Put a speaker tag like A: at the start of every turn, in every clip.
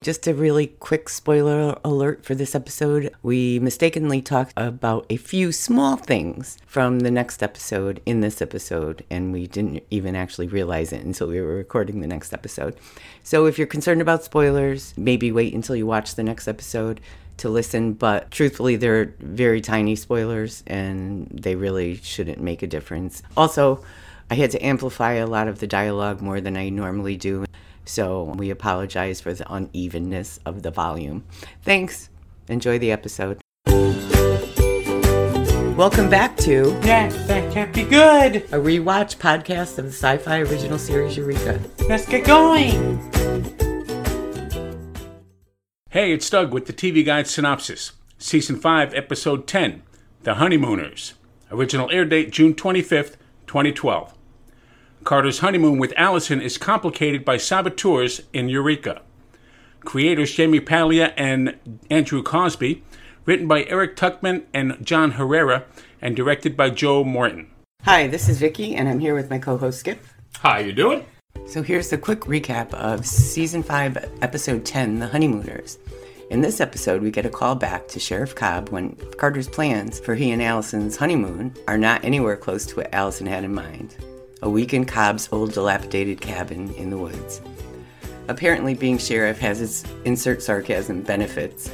A: Just a really quick spoiler alert for this episode. We mistakenly talked about a few small things from the next episode in this episode, and we didn't even actually realize it until we were recording the next episode. So if you're concerned about spoilers, maybe wait until you watch the next episode to listen, but truthfully, they're very tiny spoilers and they really shouldn't make a difference. Also, I had to amplify a lot of the dialogue more than I normally do, so we apologize for the unevenness of the volume. Thanks. Enjoy the episode. Welcome back to
B: Yeah, that can't be good.
A: a rewatch podcast of the sci fi original series Eureka.
B: Let's get going.
C: Hey, it's Doug with the TV Guide Synopsis, Season 5, Episode 10 The Honeymooners. Original air date June 25th, 2012. Carter's honeymoon with Allison is complicated by saboteurs in Eureka. Creators Jamie Paglia and Andrew Cosby, written by Eric Tuckman and John Herrera, and directed by Joe Morton.
A: Hi, this is Vicky, and I'm here with my co host Skip.
D: How you doing?
A: So here's a quick recap of season 5, episode 10, The Honeymooners. In this episode, we get a call back to Sheriff Cobb when Carter's plans for he and Allison's honeymoon are not anywhere close to what Allison had in mind a week in Cobb's old dilapidated cabin in the woods. Apparently, being sheriff has its insert sarcasm benefits,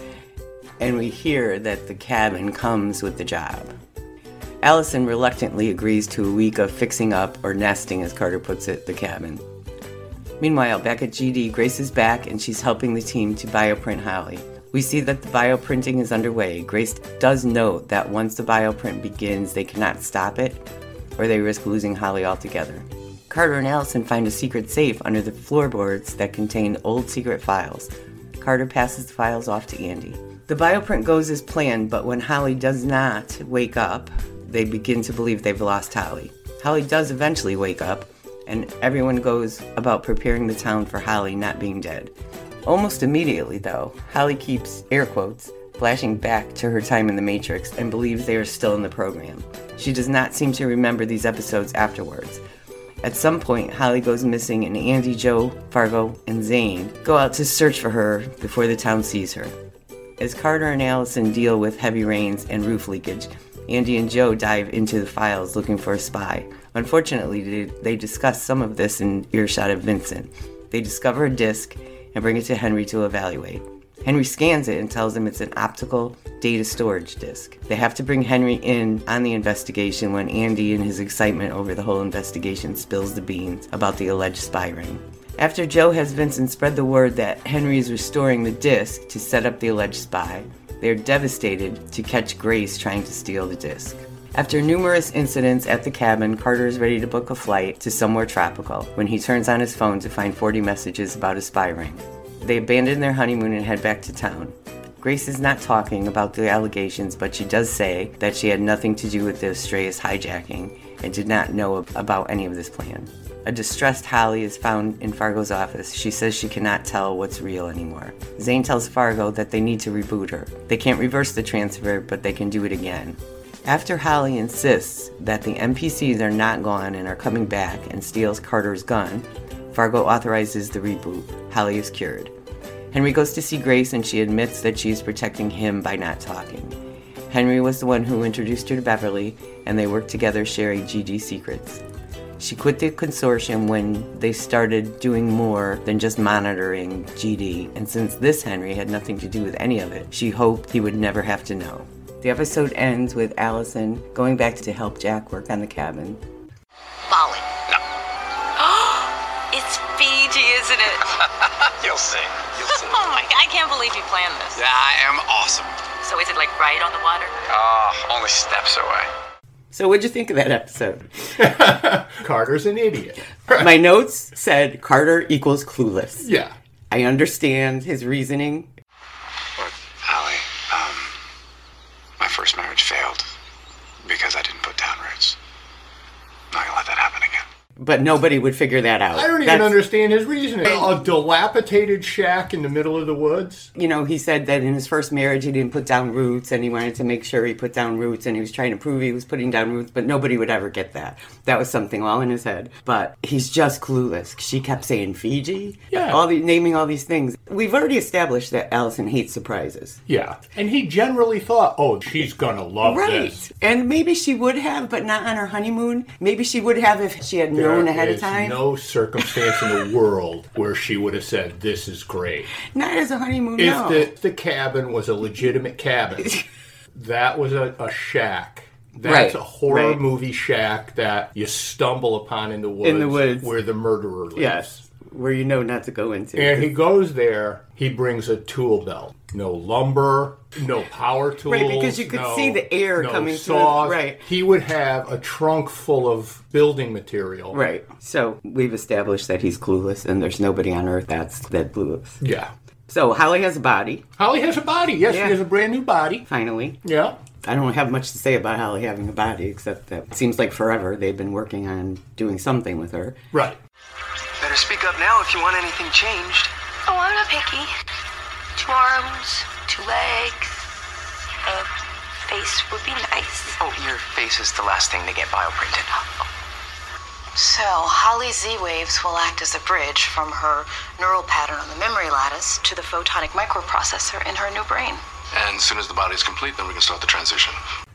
A: and we hear that the cabin comes with the job. Allison reluctantly agrees to a week of fixing up, or nesting as Carter puts it, the cabin. Meanwhile, back at GD, Grace is back and she's helping the team to bioprint Holly. We see that the bioprinting is underway. Grace does note that once the bioprint begins, they cannot stop it or they risk losing Holly altogether. Carter and Allison find a secret safe under the floorboards that contain old secret files. Carter passes the files off to Andy. The bioprint goes as planned, but when Holly does not wake up, they begin to believe they've lost Holly. Holly does eventually wake up, and everyone goes about preparing the town for Holly not being dead. Almost immediately, though, Holly keeps air quotes flashing back to her time in the Matrix and believes they are still in the program. She does not seem to remember these episodes afterwards. At some point, Holly goes missing, and Andy, Joe, Fargo, and Zane go out to search for her before the town sees her. As Carter and Allison deal with heavy rains and roof leakage, Andy and Joe dive into the files looking for a spy. Unfortunately, they- they discuss some of this in earshot of Vincent. They discover a disc and bring it to Henry to evaluate. Henry scans it and tells him it's an optical data storage disk. They have to bring Henry in on the investigation when Andy, in his excitement over the whole investigation, spills the beans about the alleged spy ring. After Joe has Vincent spread the word that Henry is restoring the disk to set up the alleged spy, they are devastated to catch Grace trying to steal the disc. After numerous incidents at the cabin, Carter is ready to book a flight to somewhere tropical when he turns on his phone to find 40 messages about a spy ring. They abandon their honeymoon and head back to town. Grace is not talking about the allegations, but she does say that she had nothing to do with the Astraeus hijacking and did not know ab- about any of this plan. A distressed Holly is found in Fargo's office. She says she cannot tell what's real anymore. Zane tells Fargo that they need to reboot her. They can't reverse the transfer, but they can do it again. After Holly insists that the NPCs are not gone and are coming back and steals Carter's gun, Fargo authorizes the reboot. Holly is cured. Henry goes to see Grace and she admits that she is protecting him by not talking. Henry was the one who introduced her to Beverly, and they worked together sharing GG secrets. She quit the consortium when they started doing more than just monitoring GD, and since this Henry had nothing to do with any of it, she hoped he would never have to know. The episode ends with Allison going back to help Jack work on the cabin.
E: Molly. it's Fiji, isn't it?
F: You'll see. You'll see.
E: Oh my god, I can't believe you planned this.
F: yeah, I am awesome.
E: So is it like right on the water?
F: Ah, only steps away.
A: So, what'd you think of that episode?
D: Carter's an idiot.
A: My notes said Carter equals clueless.
D: Yeah.
A: I understand his reasoning.
F: Look, Allie, um, my first marriage failed because I didn't put down roots. Not gonna let that happen again.
A: but nobody would figure that out.
D: I don't even
A: That's-
D: understand his reasoning. A dilapidated shack in the middle of the woods?
A: you know, he said that in his first marriage he didn't put down roots and he wanted to make sure he put down roots and he was trying to prove he was putting down roots, but nobody would ever get that. That was something all in his head. But he's just clueless. She kept saying Fiji,
D: Yeah.
A: all the, naming all these things. We've already established that Allison hates surprises.
D: Yeah. And he generally thought, oh, she's going to love
A: Right.
D: this.
A: And maybe she would have, but not on her honeymoon. Maybe she would have if she had known
D: There
A: ahead of
D: is
A: time.
D: no circumstance in the world where she would have said, this is great.
A: not as a honeymoon,
D: If
A: no.
D: the, the cabin was a legitimate cabin, that was a, a shack.
A: Right,
D: That's a horror
A: right.
D: movie shack that you stumble upon in the woods,
A: In the woods.
D: where the murderer lives.
A: yes. Where you know not to go into.
D: And he goes there, he brings a tool belt. No lumber, no power tools.
A: Right, because you could
D: no-
A: see the air
D: no
A: coming through,
D: saws.
A: right.
D: He would have a trunk full of building material.
A: Right. So we've established that he's clueless and there's nobody on earth that's that clueless.
D: Yeah.
A: So Holly has a body,
D: Holly has a body. Yes,
A: Yeah.
D: she has a brand new body.
A: finally.
D: Yeah.
A: I don't have much to say about Holly having a body, except that it seems like forever they've been working on doing something with her.
D: Right.
F: Better speak up now if you want anything changed.
E: Oh, I'm not picky. Two arms, two legs, a face would be nice.
F: Oh, your face is the last thing to get bioprinted.
E: So, Holly Z waves will act as a bridge from her neural pattern on the memory lattice to the photonic microprocessor in her new brain.
F: And as soon as the body's complete, then we can start the transition.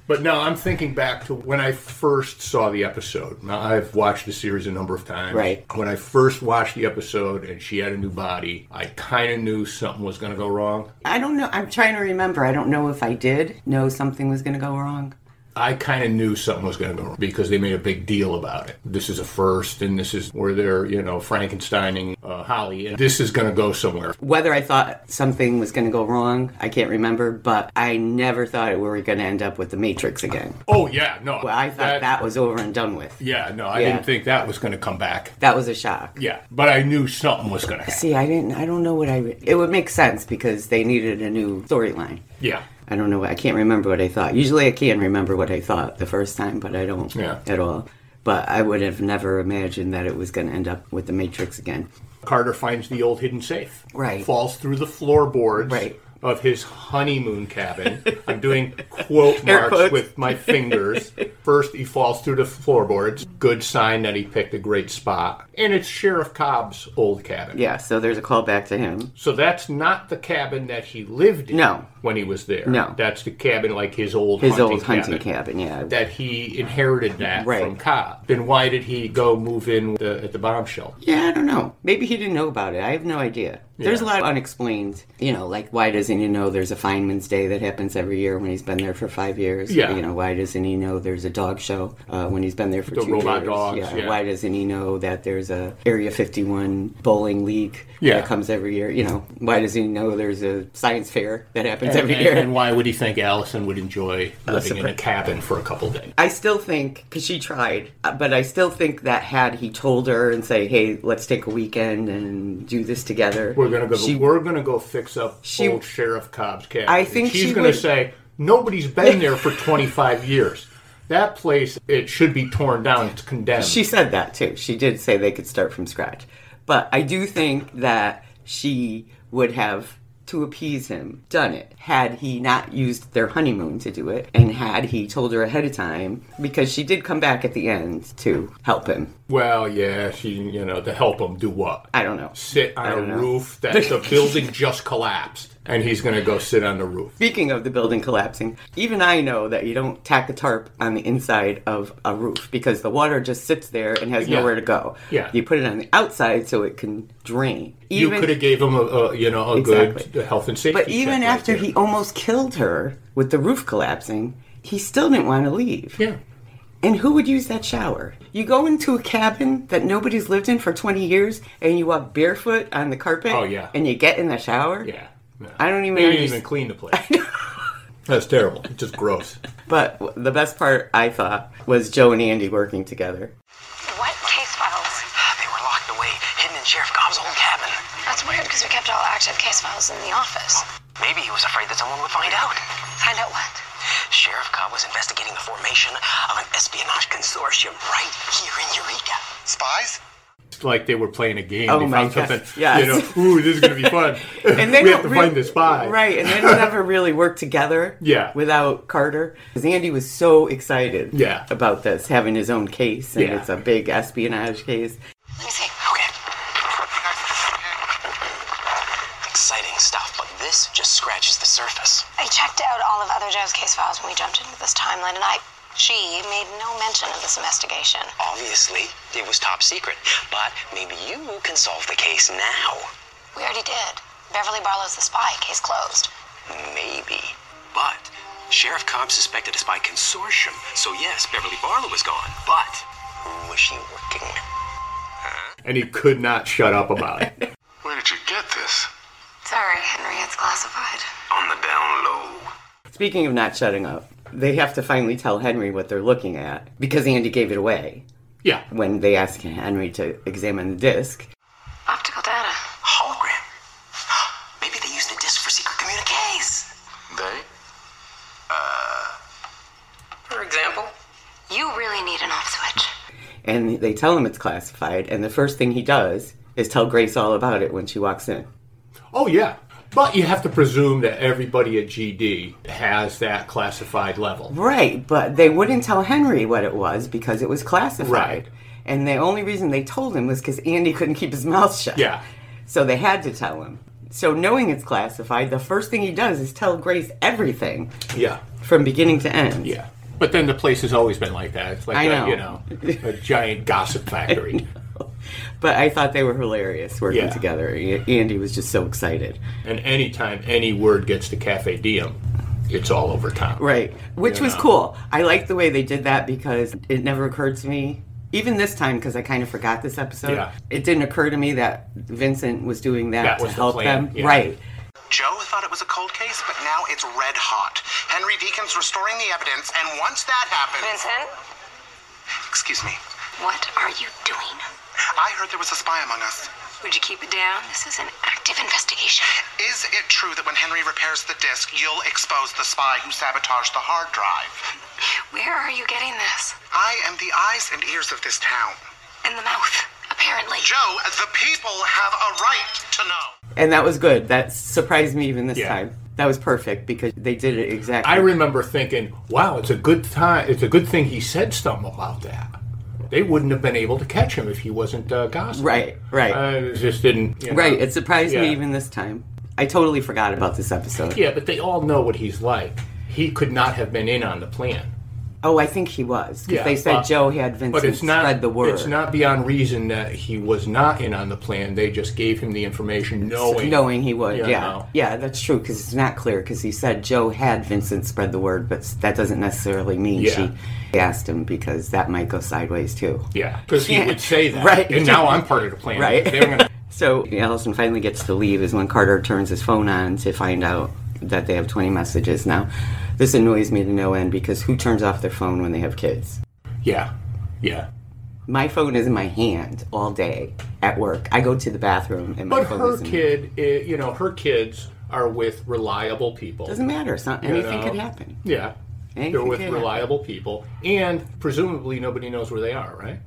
D: But now I'm thinking back to when I first saw the episode. Now I've watched the series a number of times.
A: Right.
D: When I first watched the episode and she had a new body, I kind of knew something was going to go wrong.
A: I don't know. I'm trying to remember. I don't know if I did know something was going to go wrong.
D: I kind of knew something was going to go wrong because they made a big deal about it. This is a first, and this is where they're, you know, Frankensteining uh, Holly, and this is going to go somewhere.
A: Whether I thought something was going to go wrong, I can't remember, but I never thought we were going to end up with the Matrix again.
D: Oh, yeah, no.
A: Well, I thought that, was over and done with.
D: Yeah, no, I
A: Yeah.
D: didn't think that was going to come back.
A: That was a shock.
D: Yeah, but I knew something was going to happen.
A: See, I didn't. I don't know what I. It would make sense because they needed a new storyline.
D: Yeah.
A: I don't know. I can't remember what I thought. Usually, I can remember what I thought the first time, but I don't
D: Yeah.
A: at all. But I would have never imagined that it was going to end up with the Matrix again.
D: Carter finds the old hidden safe.
A: Right.
D: Falls through the floorboards
A: Right.
D: of his honeymoon cabin. I'm doing quote
A: Air
D: marks
A: quotes.
D: with my fingers. First, he falls through the floorboards. Good sign that he picked a great spot. And it's Sheriff Cobb's old cabin.
A: Yeah. So there's a callback to him.
D: So that's not the cabin that he lived in
A: No.
D: when he was there.
A: No.
D: That's the cabin like his old
A: His
D: hunting
A: old hunting
D: cabin.
A: cabin. Yeah.
D: That he inherited that
A: Right.
D: from Cobb. Then why did he go move in with the, at the bombshell?
A: yeah. I don't know. Maybe he didn't know about it. I have no idea. There's a lot of unexplained. You know, like why doesn't he know there's a Feynman's Day that happens every year when he's been there for five years?
D: Yeah.
A: You know, why doesn't he know there's a dog show uh, when he's been there for
D: The
A: two
D: robot
A: years?
D: dogs, yeah.
A: Why doesn't he know that there's a Area 51 bowling league
D: Yeah.
A: that comes every year? You know, why does he know there's a science fair that happens every
D: and,
A: year?
D: and why would he think Allison would enjoy living in a cabin for a couple days?
A: I still think because she tried, uh, but I still think that had he told her and say, "Hey, let's take a weekend and do this together,"
D: We're gonna go.
A: She,
D: we're gonna go fix up
A: She-
D: old Sheriff Cobb's cabin.
A: I think
D: she's
A: she
D: gonna
A: would-
D: say nobody's been there for 25 years. That place it should be torn down. It's condemned.
A: she said that too. She did say they could start from scratch, but I do think that she would have. To appease him, done it. Had he not used their honeymoon to do it, and had he told her ahead of time, because she did come back at the end to help him.
D: well, yeah, she you know to help him do what?
A: I don't know.
D: Sit on a
A: don't know.
D: roof that the building just collapsed, and he's gonna go sit on the roof.
A: Speaking of the building collapsing, even I know that you don't tack a tarp on the inside of a roof because the water just sits there and has
D: Yeah.
A: nowhere to go.
D: Yeah.
A: You put it on the outside so it can drain.
D: You could have gave him a, a you know a
A: Exactly.
D: good health and safety.
A: But even
D: check right
A: after
D: there.
A: he almost killed her with the roof collapsing, he still didn't want to leave.
D: yeah.
A: And who would use that shower? You go into a cabin that nobody's lived in for 20 years and you walk barefoot on the carpet.
D: Oh, yeah.
A: And you get in the shower.
D: Yeah. No.
A: I don't even
D: They didn't
A: underst-
D: even clean the place. That's terrible. It's just gross.
A: But w- the best part I thought was Joe and Andy working together.
G: What case files?
F: They were locked away, hidden in Sheriff Cobb's old cabin.
G: That's weird because we kept all active case files in the office.
F: Maybe he was afraid that someone would find out.
G: Find out what?
F: Sheriff Cobb was investigating the formation of an espionage consortium right here in Eureka. Spies?
D: It's like they were playing a game.
A: Oh
D: they
A: my
D: found
A: God,
D: something.
A: yes.
D: You know, ooh, this is going to be fun.
A: and they
D: we
A: don't
D: have to
A: rea-
D: find the spy.
A: right? And they don't ever really work together.
D: Yeah.
A: without Carter, because Andy was so excited.
D: Yeah.
A: about this having his own case, and
D: Yeah.
A: it's a big espionage case.
G: Let me see.
F: Okay. Exciting stuff, but this just scratches the surface.
G: I checked out all of Other Joe's case files when we jumped into this timeline, and I. She made no mention of this investigation.
F: Obviously, it was top secret, but maybe you can solve the case now.
G: We already did. Beverly Barlow's the spy. Case closed.
F: Maybe. But Sheriff Cobb suspected a spy consortium, so yes, Beverly Barlow is gone. But who was she working with?
D: And he could not shut up about it.
F: Where did you get this?
G: Sorry, Henry, it's classified.
F: On the down low.
A: Speaking of not shutting up, they have to finally tell Henry what they're looking at because Andy gave it away
D: Yeah.
A: when they asked Henry to examine the disc.
G: Optical data.
F: Hologram. Maybe they used the disc for secret communiques. They? Uh. For example?
G: You really need an off switch.
A: And they tell him it's classified, and the first thing he does is tell Grace all about it when she walks in.
D: Oh, yeah. But you have to presume that everybody at GD has that classified level.
A: Right, but they wouldn't tell Henry what it was because it was classified.
D: Right.
A: And the only reason they told him was because Andy couldn't keep his mouth shut.
D: Yeah.
A: So they had to tell him. So knowing it's classified, the first thing he does is tell Grace everything
D: Yeah.
A: from beginning to end.
D: Yeah. But then the place has always been like that. It's like,
A: I
D: a,
A: know.
D: you know, a giant gossip factory.
A: But I thought they were hilarious working
D: Yeah.
A: together. A- Andy was just so excited.
D: and anytime any word gets to Cafe Diem, it's all over town.
A: Right. Which was
D: Yeah.
A: cool. I liked the way they did that because it never occurred to me, even this time, because I kind of forgot this episode.
D: Yeah.
A: It didn't occur to me that Vincent was doing that,
D: That
A: to
D: was the
A: help
D: plan,
A: them.
D: yeah.
A: Right.
H: Joe thought it was a cold case, but now it's red hot. Henry Deacon's restoring the evidence, and once that happens.
G: Vincent,
H: Excuse me.
G: what are you doing?
H: I heard there was a spy among us.
G: Would you keep it down? This is an active investigation.
H: Is it true that when Henry repairs the disk, you'll expose the spy who sabotaged the hard drive?
G: Where are you getting this?
H: I am the eyes and ears of this town.
G: In the mouth, apparently.
H: Joe, the people have a right to know.
A: And that was good. That surprised me even this
D: Yeah.
A: time. That was perfect because they did it exactly.
D: I remember thinking, wow, it's a good time. It's a good thing he said something about that. They wouldn't have been able to catch him if he wasn't uh, gossiping.
A: Right, right.
D: Uh, it just didn't. you know.
A: right. It surprised me
D: Yeah.
A: even this time. I totally forgot about this episode.
D: Yeah, but they all know what he's like. He could not have been in on the plan.
A: Oh, I think he was. Because
D: Yeah,
A: they said
D: but-
A: Joe had Vincent
D: But it's not.
A: spread the word.
D: It's not beyond reason that he was not in on the plan. They just gave him the information, knowing.
A: knowing he would.
D: Yeah,
A: Yeah,
D: no.
A: yeah, that's true because it's not clear because he said Joe had Vincent spread the word, but s- that doesn't necessarily mean
D: Yeah.
A: she asked him because that might go sideways too.
D: Yeah, because he
A: Yeah.
D: would say that.
A: Right.
D: And now I'm part of the plan.
A: Right.
D: They were gonna-
A: So Allison finally gets to leave is when Carter turns his phone on to find out that they have 20 messages now. This annoys me to no end because who turns off their phone when they have kids?
D: yeah. Yeah.
A: My phone is in my hand all day at work. I go to the bathroom and my
D: But
A: phone
D: her
A: is in
D: kid, i- you know, her kids are with reliable people.
A: Doesn't matter. It's not, anything
D: know.
A: could happen.
D: Yeah.
A: Anything
D: They're with
A: could happen.
D: reliable people, and presumably nobody knows where they are, right?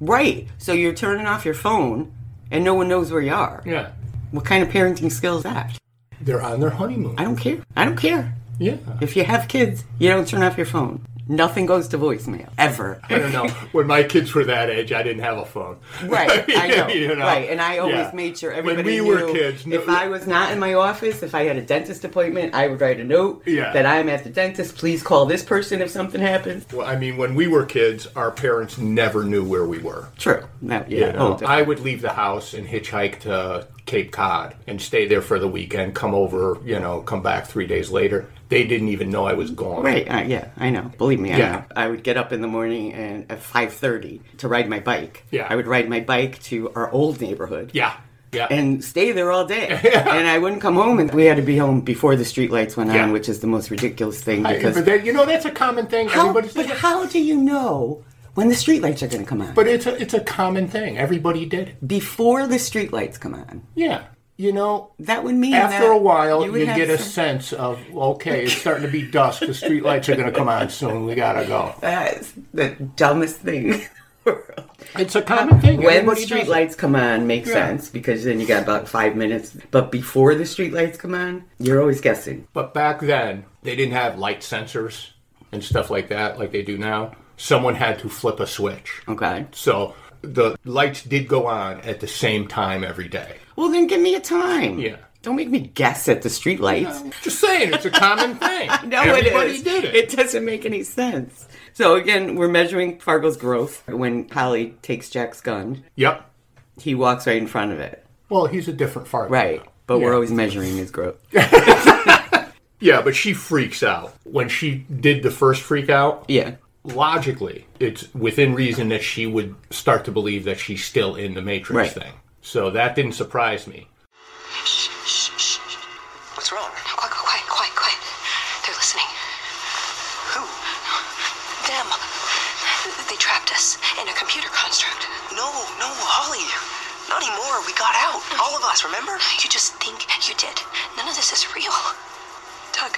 A: Right. So you're turning off your phone and no one knows where you are.
D: Yeah.
A: What kind of parenting skill is that?
D: They're on their honeymoon.
A: I don't care. I don't care.
D: yeah.
A: If you have kids, you don't turn off your phone. Nothing goes to voicemail ever.
D: I don't know. When my kids were that age, I didn't have a phone.
A: Right, I know.
D: You know?
A: Right, and I always
D: Yeah.
A: made sure everybody
D: When we
A: knew
D: were kids, no-
A: if I was not in my office, if I had a dentist appointment, I would write a note
D: Yeah.
A: that I'm at the dentist. Please call this person if something happens.
D: Well, I mean, when we were kids, our parents never knew where we were.
A: True. No,
D: You
A: yeah. Oh,
D: know?
A: whole different-
D: I would leave the house and hitchhike to Cape Cod and stay there for the weekend, come over, you know, come back three days later. They didn't even know I was gone.
A: Right. Uh, yeah, I know. Believe me, I
D: Yeah.
A: know. I would get up in the morning and at five thirty to ride my bike.
D: Yeah.
A: I would ride my bike to our old neighborhood.
D: Yeah. Yeah.
A: And stay there all day, and I wouldn't come home, and we had to be home before the streetlights went on,
D: Yeah.
A: which is the most ridiculous thing
D: I-
A: because.
D: but that, you know, that's a common thing.
A: how,
D: Everybody's
A: but how do you know when the streetlights are going to come on?
D: But it's a it's a common thing. Everybody did. it.
A: before the streetlights come on,
D: Yeah. you know,
A: That would mean
D: after
A: that
D: a while,
A: would
D: you,
A: have
D: get a
A: some-
D: sense of okay, it's starting to be dusk. The street lights are going to come on soon. We gotta go.
A: That's uh, the dumbest thing. in the world.
D: It's a common thing.
A: When the
D: Everybody
A: street
D: does it.
A: lights come on makes
D: Yeah.
A: sense because then you got about five minutes. But before the street lights come on, you're always guessing.
D: But back then, they didn't have light sensors and stuff like that, like they do now. Someone had to flip a switch.
A: Okay.
D: So the lights did go on at the same time every day.
A: Well, then give me a time.
D: Yeah.
A: Don't make me guess at the street lights.
D: Just saying, it's a common thing.
A: No,
D: Everybody
A: it is.
D: did it.
A: doesn't make any sense. So again, we're measuring Fargo's growth. When Polly takes Jack's gun,
D: Yep.
A: he walks right in front of it.
D: Well, he's a different Fargo.
A: Right. But we're
D: Yeah.
A: always measuring his growth.
D: Yeah, but she freaks out. When she did the first freak out,
A: Yeah.
D: logically, it's within reason that she would start to believe that she's still in the Matrix
A: Right.
D: thing. So that didn't surprise me.
E: Shh, shh, shh, shh.
F: What's wrong?
E: Quiet, quiet, quiet, quiet. They're listening.
F: Who?
E: Them. They trapped us in a computer construct.
F: No, no, Holly. Not anymore. We got out. All of us, remember?
E: Mm. You just think you did. None of this is real. Doug,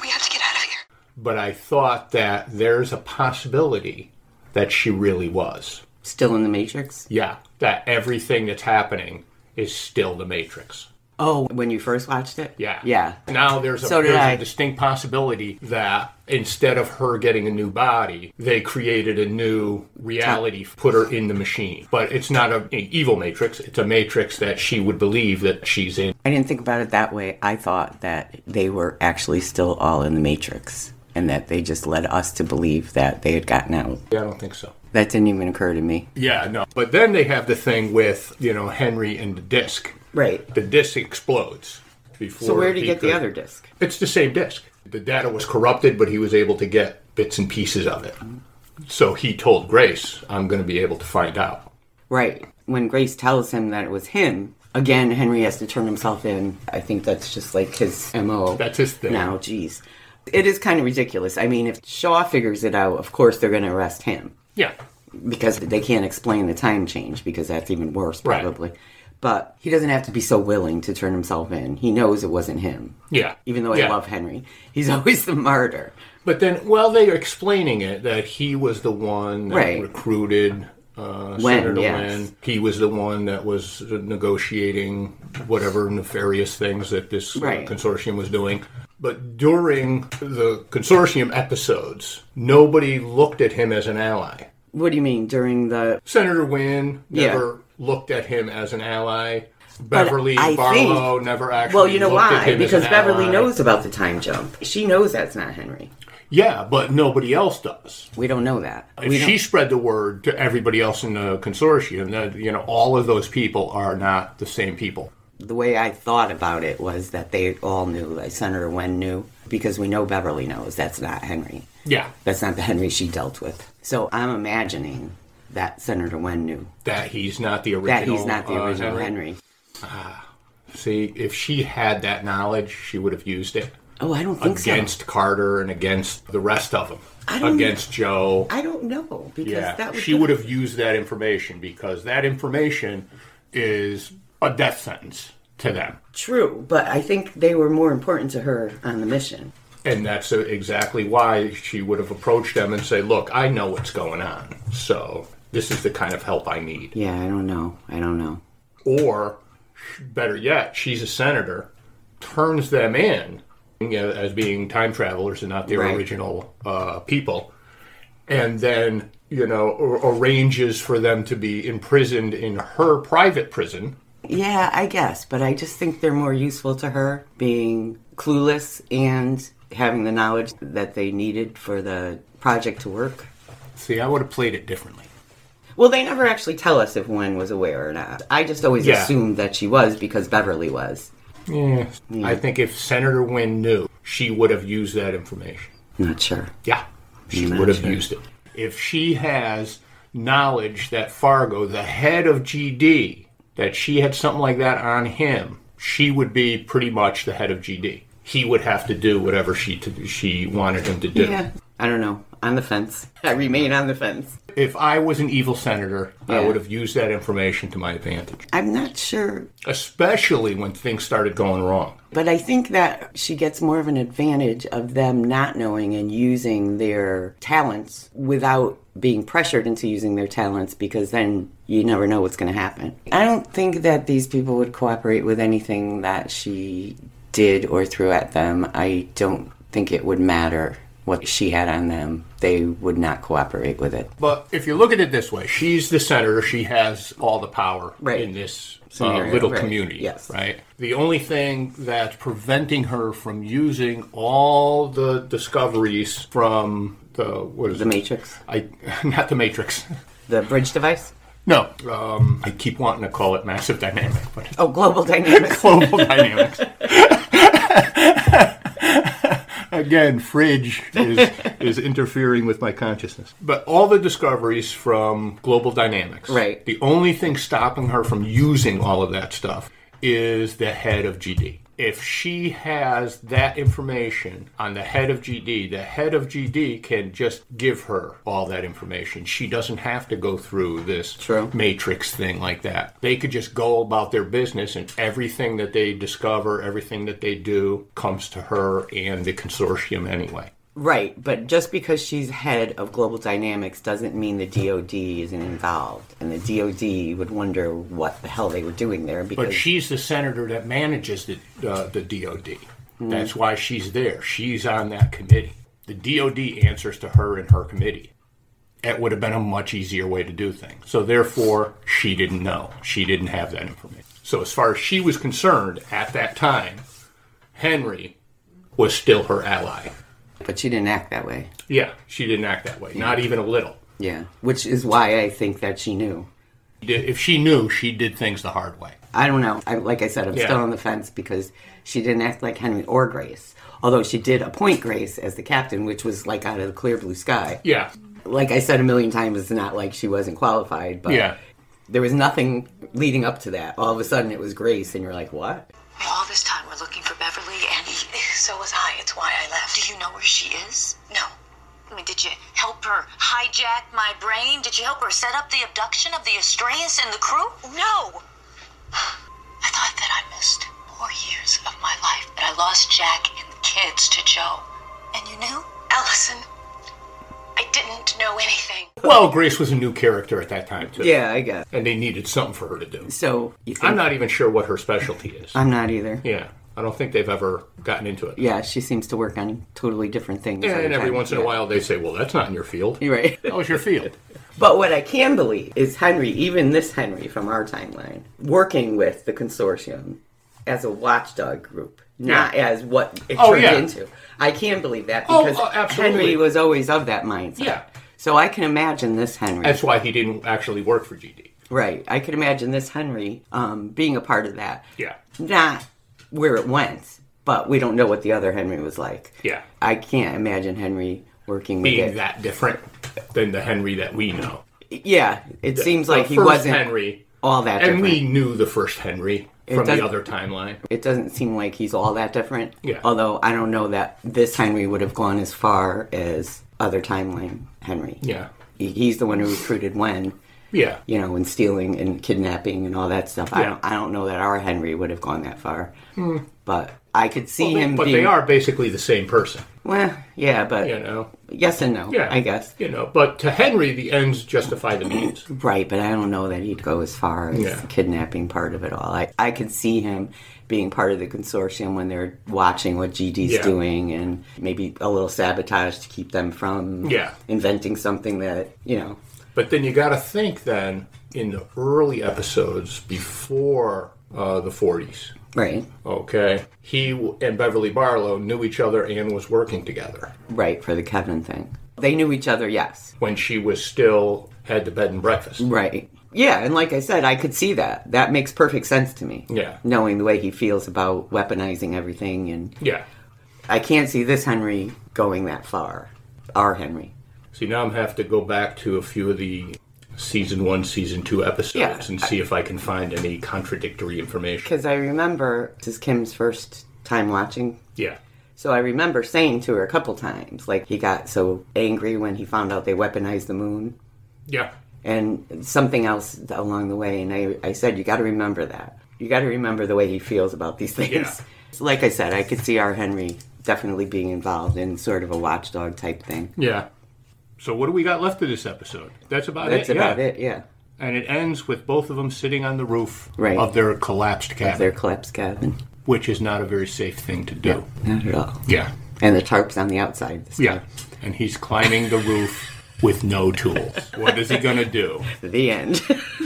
E: we have to get out of here.
D: But I thought that there's a possibility that she really was.
A: Still in the Matrix.
D: Yeah, that everything that's happening is still the Matrix.
A: Oh, when you first watched it?
D: Yeah.
A: Yeah.
D: Now there's a,
A: So did
D: there's
A: I.
D: a distinct possibility that instead of her getting a new body, they created a new reality, put her in the machine. But it's not a, an evil matrix. It's a matrix that she would believe that she's in.
A: I didn't think about it that way. I thought that they were actually still all in the Matrix and that they just led us to believe that they had gotten out.
D: Yeah, I don't think so.
A: That didn't even occur to me.
D: Yeah, no. But then they have the thing with, you know, Henry and the disc.
A: Right.
D: The disc explodes before.
A: So where did you
D: he
A: get the
D: could-
A: other disc?
D: It's the same disc. The data was corrupted, but he was able to get bits and pieces of it. So he told Grace, I'm going to be able to find out.
A: Right. When Grace tells him that it was him, again, Henry has to turn himself in. I think that's just like his MO.
D: That's his thing.
A: Now, geez. It is kind of ridiculous. I mean, if Shaw figures it out, of course they're going to arrest him
D: Yeah.
A: because they can't explain the time change because that's even worse,
D: Right.
A: probably. But he doesn't have to be so willing to turn himself in. He knows it wasn't him.
D: Yeah.
A: Even though I
D: Yeah.
A: love Henry, he's always the martyr.
D: But then, well, they are explaining it that he was the one that
A: Right.
D: recruited uh,
A: Wen,
D: Senator
A: yes.
D: Wen. He was the one that was negotiating whatever nefarious things that this uh,
A: Right.
D: consortium was doing. But during the consortium episodes, nobody looked at him as an ally.
A: What do you mean during the
D: Senator Wynne
A: Yeah.
D: never looked at him as an ally. Beverly
A: I
D: Barlow
A: think-
D: never actually.
A: Well, you know
D: looked at
A: why?
D: him as
A: Because
D: an
A: Beverly
D: ally.
A: knows about the time jump. She knows that's not Henry.
D: Yeah, but nobody else does.
A: We don't know that.
D: If
A: we don't,
D: she spread the word to everybody else in the consortium, that you know all of those people are not the same people.
A: the way I thought about it was that they all knew, like Senator Wen knew, because we know Beverly knows that's not Henry.
D: Yeah,
A: That's not the Henry she dealt with. So I'm imagining that Senator Wen knew
D: that he's not the original.
A: that he's not the
D: uh,
A: original Henry.
D: See, if she had that knowledge, she would have used it
A: Oh, I don't think
D: against
A: so.
D: Carter and against the rest of them.
A: I don't-
D: against Joe.
A: I don't know because
D: Yeah,
A: that would
D: she would have used that information because that information is a death sentence to them.
A: true, but I think they were more important to her on the mission.
D: And that's uh, exactly why she would have approached them and say, "Look, I know what's going on, so this is the kind of help I need."
A: Yeah, I don't know. I don't know.
D: Or, better yet, she's a senator, turns them in you know, as being time travelers and not their
A: Right.
D: original uh, people, and then you know ar- arranges for them to be imprisoned in her private prison.
A: Yeah, I guess, but I just think they're more useful to her being clueless and having the knowledge that they needed for the project to work.
D: See, I would have played it differently.
A: Well, they never actually tell us if Wen was aware or not. I just always
D: Yeah.
A: assumed that she was because Beverly was.
D: Yeah. I think if Senator Wynne knew, she would have used that information.
A: Not sure.
D: Yeah. She would have used it. If she has knowledge that Fargo, the head of GD, that she had something like that on him, she would be pretty much the head of GD. He would have to do whatever she to, she wanted him to do.
A: Yeah. I don't know. on the fence. I remain on the fence.
D: If I was an evil senator, I
A: Yeah.
D: would have used that information to my advantage,
A: I'm not sure,
D: especially when things started going wrong.
A: but I think that she gets more of an advantage of them not knowing and using their talents without being pressured into using their talents because then you never know what's going to happen. I don't think that these people would cooperate with anything that she did or threw at them. I don't think it would matter what she had on them. They would not cooperate with it.
D: But if you look at it this way, she's the senator. She has all the power
A: Right.
D: in this uh,
A: Scenario,
D: little
A: right.
D: community.
A: Yes.
D: Right. The only thing that's preventing her from using all the discoveries from the what is
A: The
D: it?
A: Matrix,
D: I not the Matrix.
A: the bridge device.
D: No. Um, I keep wanting to call it massive dynamic, but
A: Oh, global dynamics.
D: global dynamics. Again, fridge is, is interfering with my consciousness. But all the discoveries from global dynamics.
A: Right.
D: The only thing stopping her from using all of that stuff is the head of GD. If she has that information on the head of GD, the head of GD can just give her all that information. She doesn't have to go through this
A: True.
D: matrix thing like that. They could just go about their business and everything that they discover, everything that they do comes to her and the consortium anyway.
A: Right, but just because she's head of global dynamics doesn't mean the DoD isn't involved, and the DoD would wonder what the hell they were doing there because
D: But she's the senator that manages the uh, the DOD. That's why she's there. She's on that committee. The DOD answers to her and her committee. It would have been a much easier way to do things. So therefore, she didn't know. She didn't have that information. So as far as she was concerned at that time, Henry was still her ally.
A: but she didn't act that way.
D: Yeah, she didn't act that way. Not even a little.
A: Yeah, which is why I think that she knew.
D: If she knew, she did things the hard way.
A: I don't know. I, like I said, I'm
D: Yeah.
A: still on the fence because she didn't act like Henry or Grace, although she did appoint Grace as the captain, which was like out of the clear blue sky.
D: Yeah,
A: Like I said a million times, it's not like she wasn't qualified, but
D: yeah.
A: there was nothing leading up to that. All of a sudden, it was Grace, and you're like, what?
E: All this time we're looking for Beverly, and so was I. It's why I left. Do you know where she is? No. I mean, did you help her hijack my brain? Did you help her set up the abduction of the Astraeus and the crew? No. I thought that I missed four years of my life, but I lost Jack and the kids to Joe. And you knew?
G: Allison, I didn't know anything.
D: Well, Grace was a new character at that time too.
A: Yeah, I guess.
D: and they needed something for her to do.
A: So you think,
D: I'm not even sure what her specialty is.
A: I'm not either. Yeah.
D: yeah, I don't think they've ever gotten into it.
A: she seems to work on totally different things. all
D: and
A: the
D: every
A: time.
D: once in a
A: Yeah.
D: while they say, "Well, that's not in your field."
A: You're right.
D: That was your field.
A: But what I can believe is Henry, even this Henry from our timeline, working with the consortium as a watchdog group, not as what it
D: Oh,
A: turned
D: yeah.
A: into. I can believe that
D: Oh,
A: because
D: uh, absolutely.
A: Henry was always of that mindset.
D: Yeah.
A: So I can imagine this Henry.
D: That's why he didn't actually work for GD.
A: right. I can imagine this Henry um, being a part of that.
D: Yeah,
A: Not where it went, but we don't know what the other Henry was like.
D: yeah,
A: I can't imagine Henry working with
D: being
A: it.
D: that different than the Henry that we know.
A: Yeah, it seems
D: The
A: like he
D: first
A: wasn't
D: Henry,
A: all that different.
D: and we knew the first Henry from the
A: doesn't-
D: other timeline.
A: it doesn't seem like he's all that different.
D: Yeah.
A: Although I don't know that this Henry would have gone as far as other timeline Henry.
D: Yeah,
A: He- He's the one who recruited when,
D: yeah.
A: you know, and stealing and kidnapping and all that stuff. I
D: Yeah. Hmm.
A: don't I don't know that our Henry would have gone that far. But I could see him
D: but
A: being
D: they are basically the same person,
A: well, yeah, but
D: you know.
A: yes and no,
D: Yeah,
A: I guess.
D: you know. But to Henry, the ends justify the means.
A: Right, but I don't know that he'd go as far as
D: Yeah.
A: the kidnapping part of it all. I, I could see him being part of the consortium when they're watching what GD's
D: Yeah.
A: doing and maybe a little sabotage to keep them from
D: Yeah.
A: inventing something that, you know.
D: But then you got to think then in the early episodes before uh, the 40s.
A: Right,
D: Okay, he w- and Beverly Barlow knew each other and was working together
A: right, for the Kevin thing. They knew each other, yes.
D: when she was still had the bed and breakfast.
A: Right. Yeah, and like I said, I could see that. That makes perfect sense to me.
D: Yeah.
A: Knowing the way he feels about weaponizing everything. And
D: Yeah.
A: I can't see this Henry going that far. Our Henry.
D: See, now I'm have to go back to a few of the season one, season two episodes
A: Yeah.
D: and see if I can find any contradictory information.
A: Because I remember this is Kim's first time watching.
D: Yeah.
A: So I remember saying to her a couple times, like, he got so angry when he found out they weaponized the moon
D: Yeah.
A: and something else along the way. And I, I said, you got to remember that. You got to remember the way he feels about these things.
D: Yeah.
A: So like I said, I could see our Henry definitely being involved in sort of a watchdog type thing.
D: Yeah. So what do we got left of this episode? That's about
A: That's
D: it.
A: about
D: yeah.
A: it, yeah.
D: And it ends with both of them sitting on the roof
A: Right.
D: of their collapsed cabin,
A: Their collapsed cabin.
D: which is not a very safe thing to do.
A: Not at all.
D: Yeah.
A: And the tarp's on the outside. This
D: Yeah. And he's climbing the roof with no tools. What is he going to do?
A: time. The end.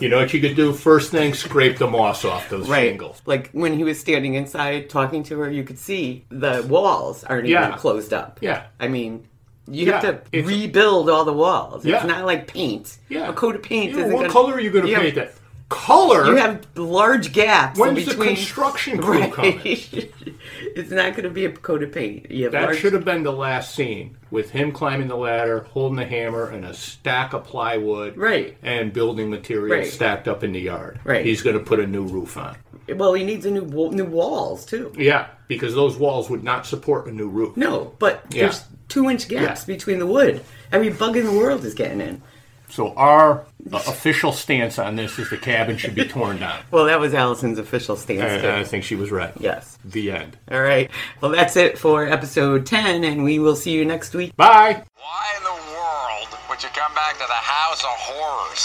D: You know what you could do? First thing, scrape the moss off those shingles.
A: Like when he was standing inside talking to her, you could see the walls aren't
D: Yeah.
A: even closed up.
D: Yeah.
A: I mean, you have
D: Yeah,
A: to
D: it's-
A: rebuild all the walls.
D: Yeah.
A: It's not like paint.
D: Yeah.
A: A coat of paint
D: Yeah,
A: isn't
D: what
A: gonna-
D: color are you going to
A: Yeah.
D: paint that? Color?
A: You have large gaps in
D: When's the
A: between.
D: construction crew coming?
A: it's not going to be a coat of paint. You have
D: That
A: large-
D: should have been the last scene with him climbing the ladder, holding the hammer and a stack of plywood
A: Right.
D: and building material
A: Right.
D: stacked up in the yard.
A: Right.
D: He's going to put a new roof on.
A: Well, he needs a new wa- new walls too.
D: Yeah, because those walls would not support a new roof.
A: No, but
D: Yeah.
A: there's two inch gaps
D: Yeah.
A: between the wood. Every bug in the world is getting in.
D: So our uh, official stance on this is the cabin should be torn down.
A: Well, that was Allison's official stance.
D: And
A: too.
D: I think she was right.
A: Yes.
D: The end.
A: All right. Well, that's it for episode 10, and we will see you next week.
D: Bye.
I: Why in the world would you come back to the House of Horrors?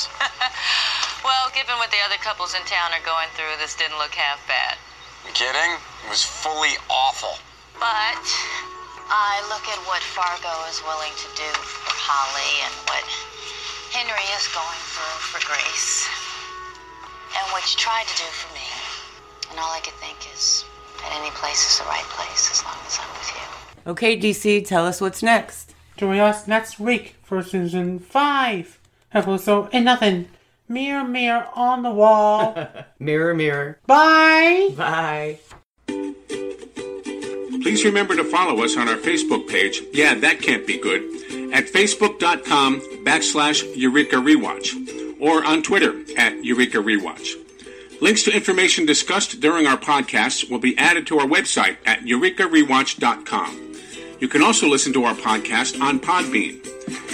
E: Well, given what the other couples in town are going through, this didn't look half bad.
I: You kidding? It was fully awful.
E: But I look at what Fargo is willing to do for Holly and what Henry is going through for Grace and what you tried to do for me. And all I could think is that any place is the right place as long as I'm with you.
A: Okay, DC, tell us what's next.
B: Join us next week for season five. Episode and nothing. Mirror, mirror on the wall.
A: Mirror, mirror.
B: Bye.
A: Bye.
C: Please remember to follow us on our Facebook page. Yeah, that can't be good. At facebook.com backslash Eureka Rewatch or on Twitter at Eureka Rewatch. Links to information discussed during our podcasts will be added to our website at eurekarewatch.com. You can also listen to our podcast on Podbean.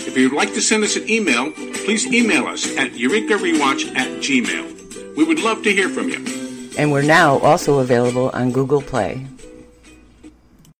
C: If you'd like to send us an email, please email us at eurekarewatch at gmail. We would love to hear from you.
A: And we're now also available on Google Play.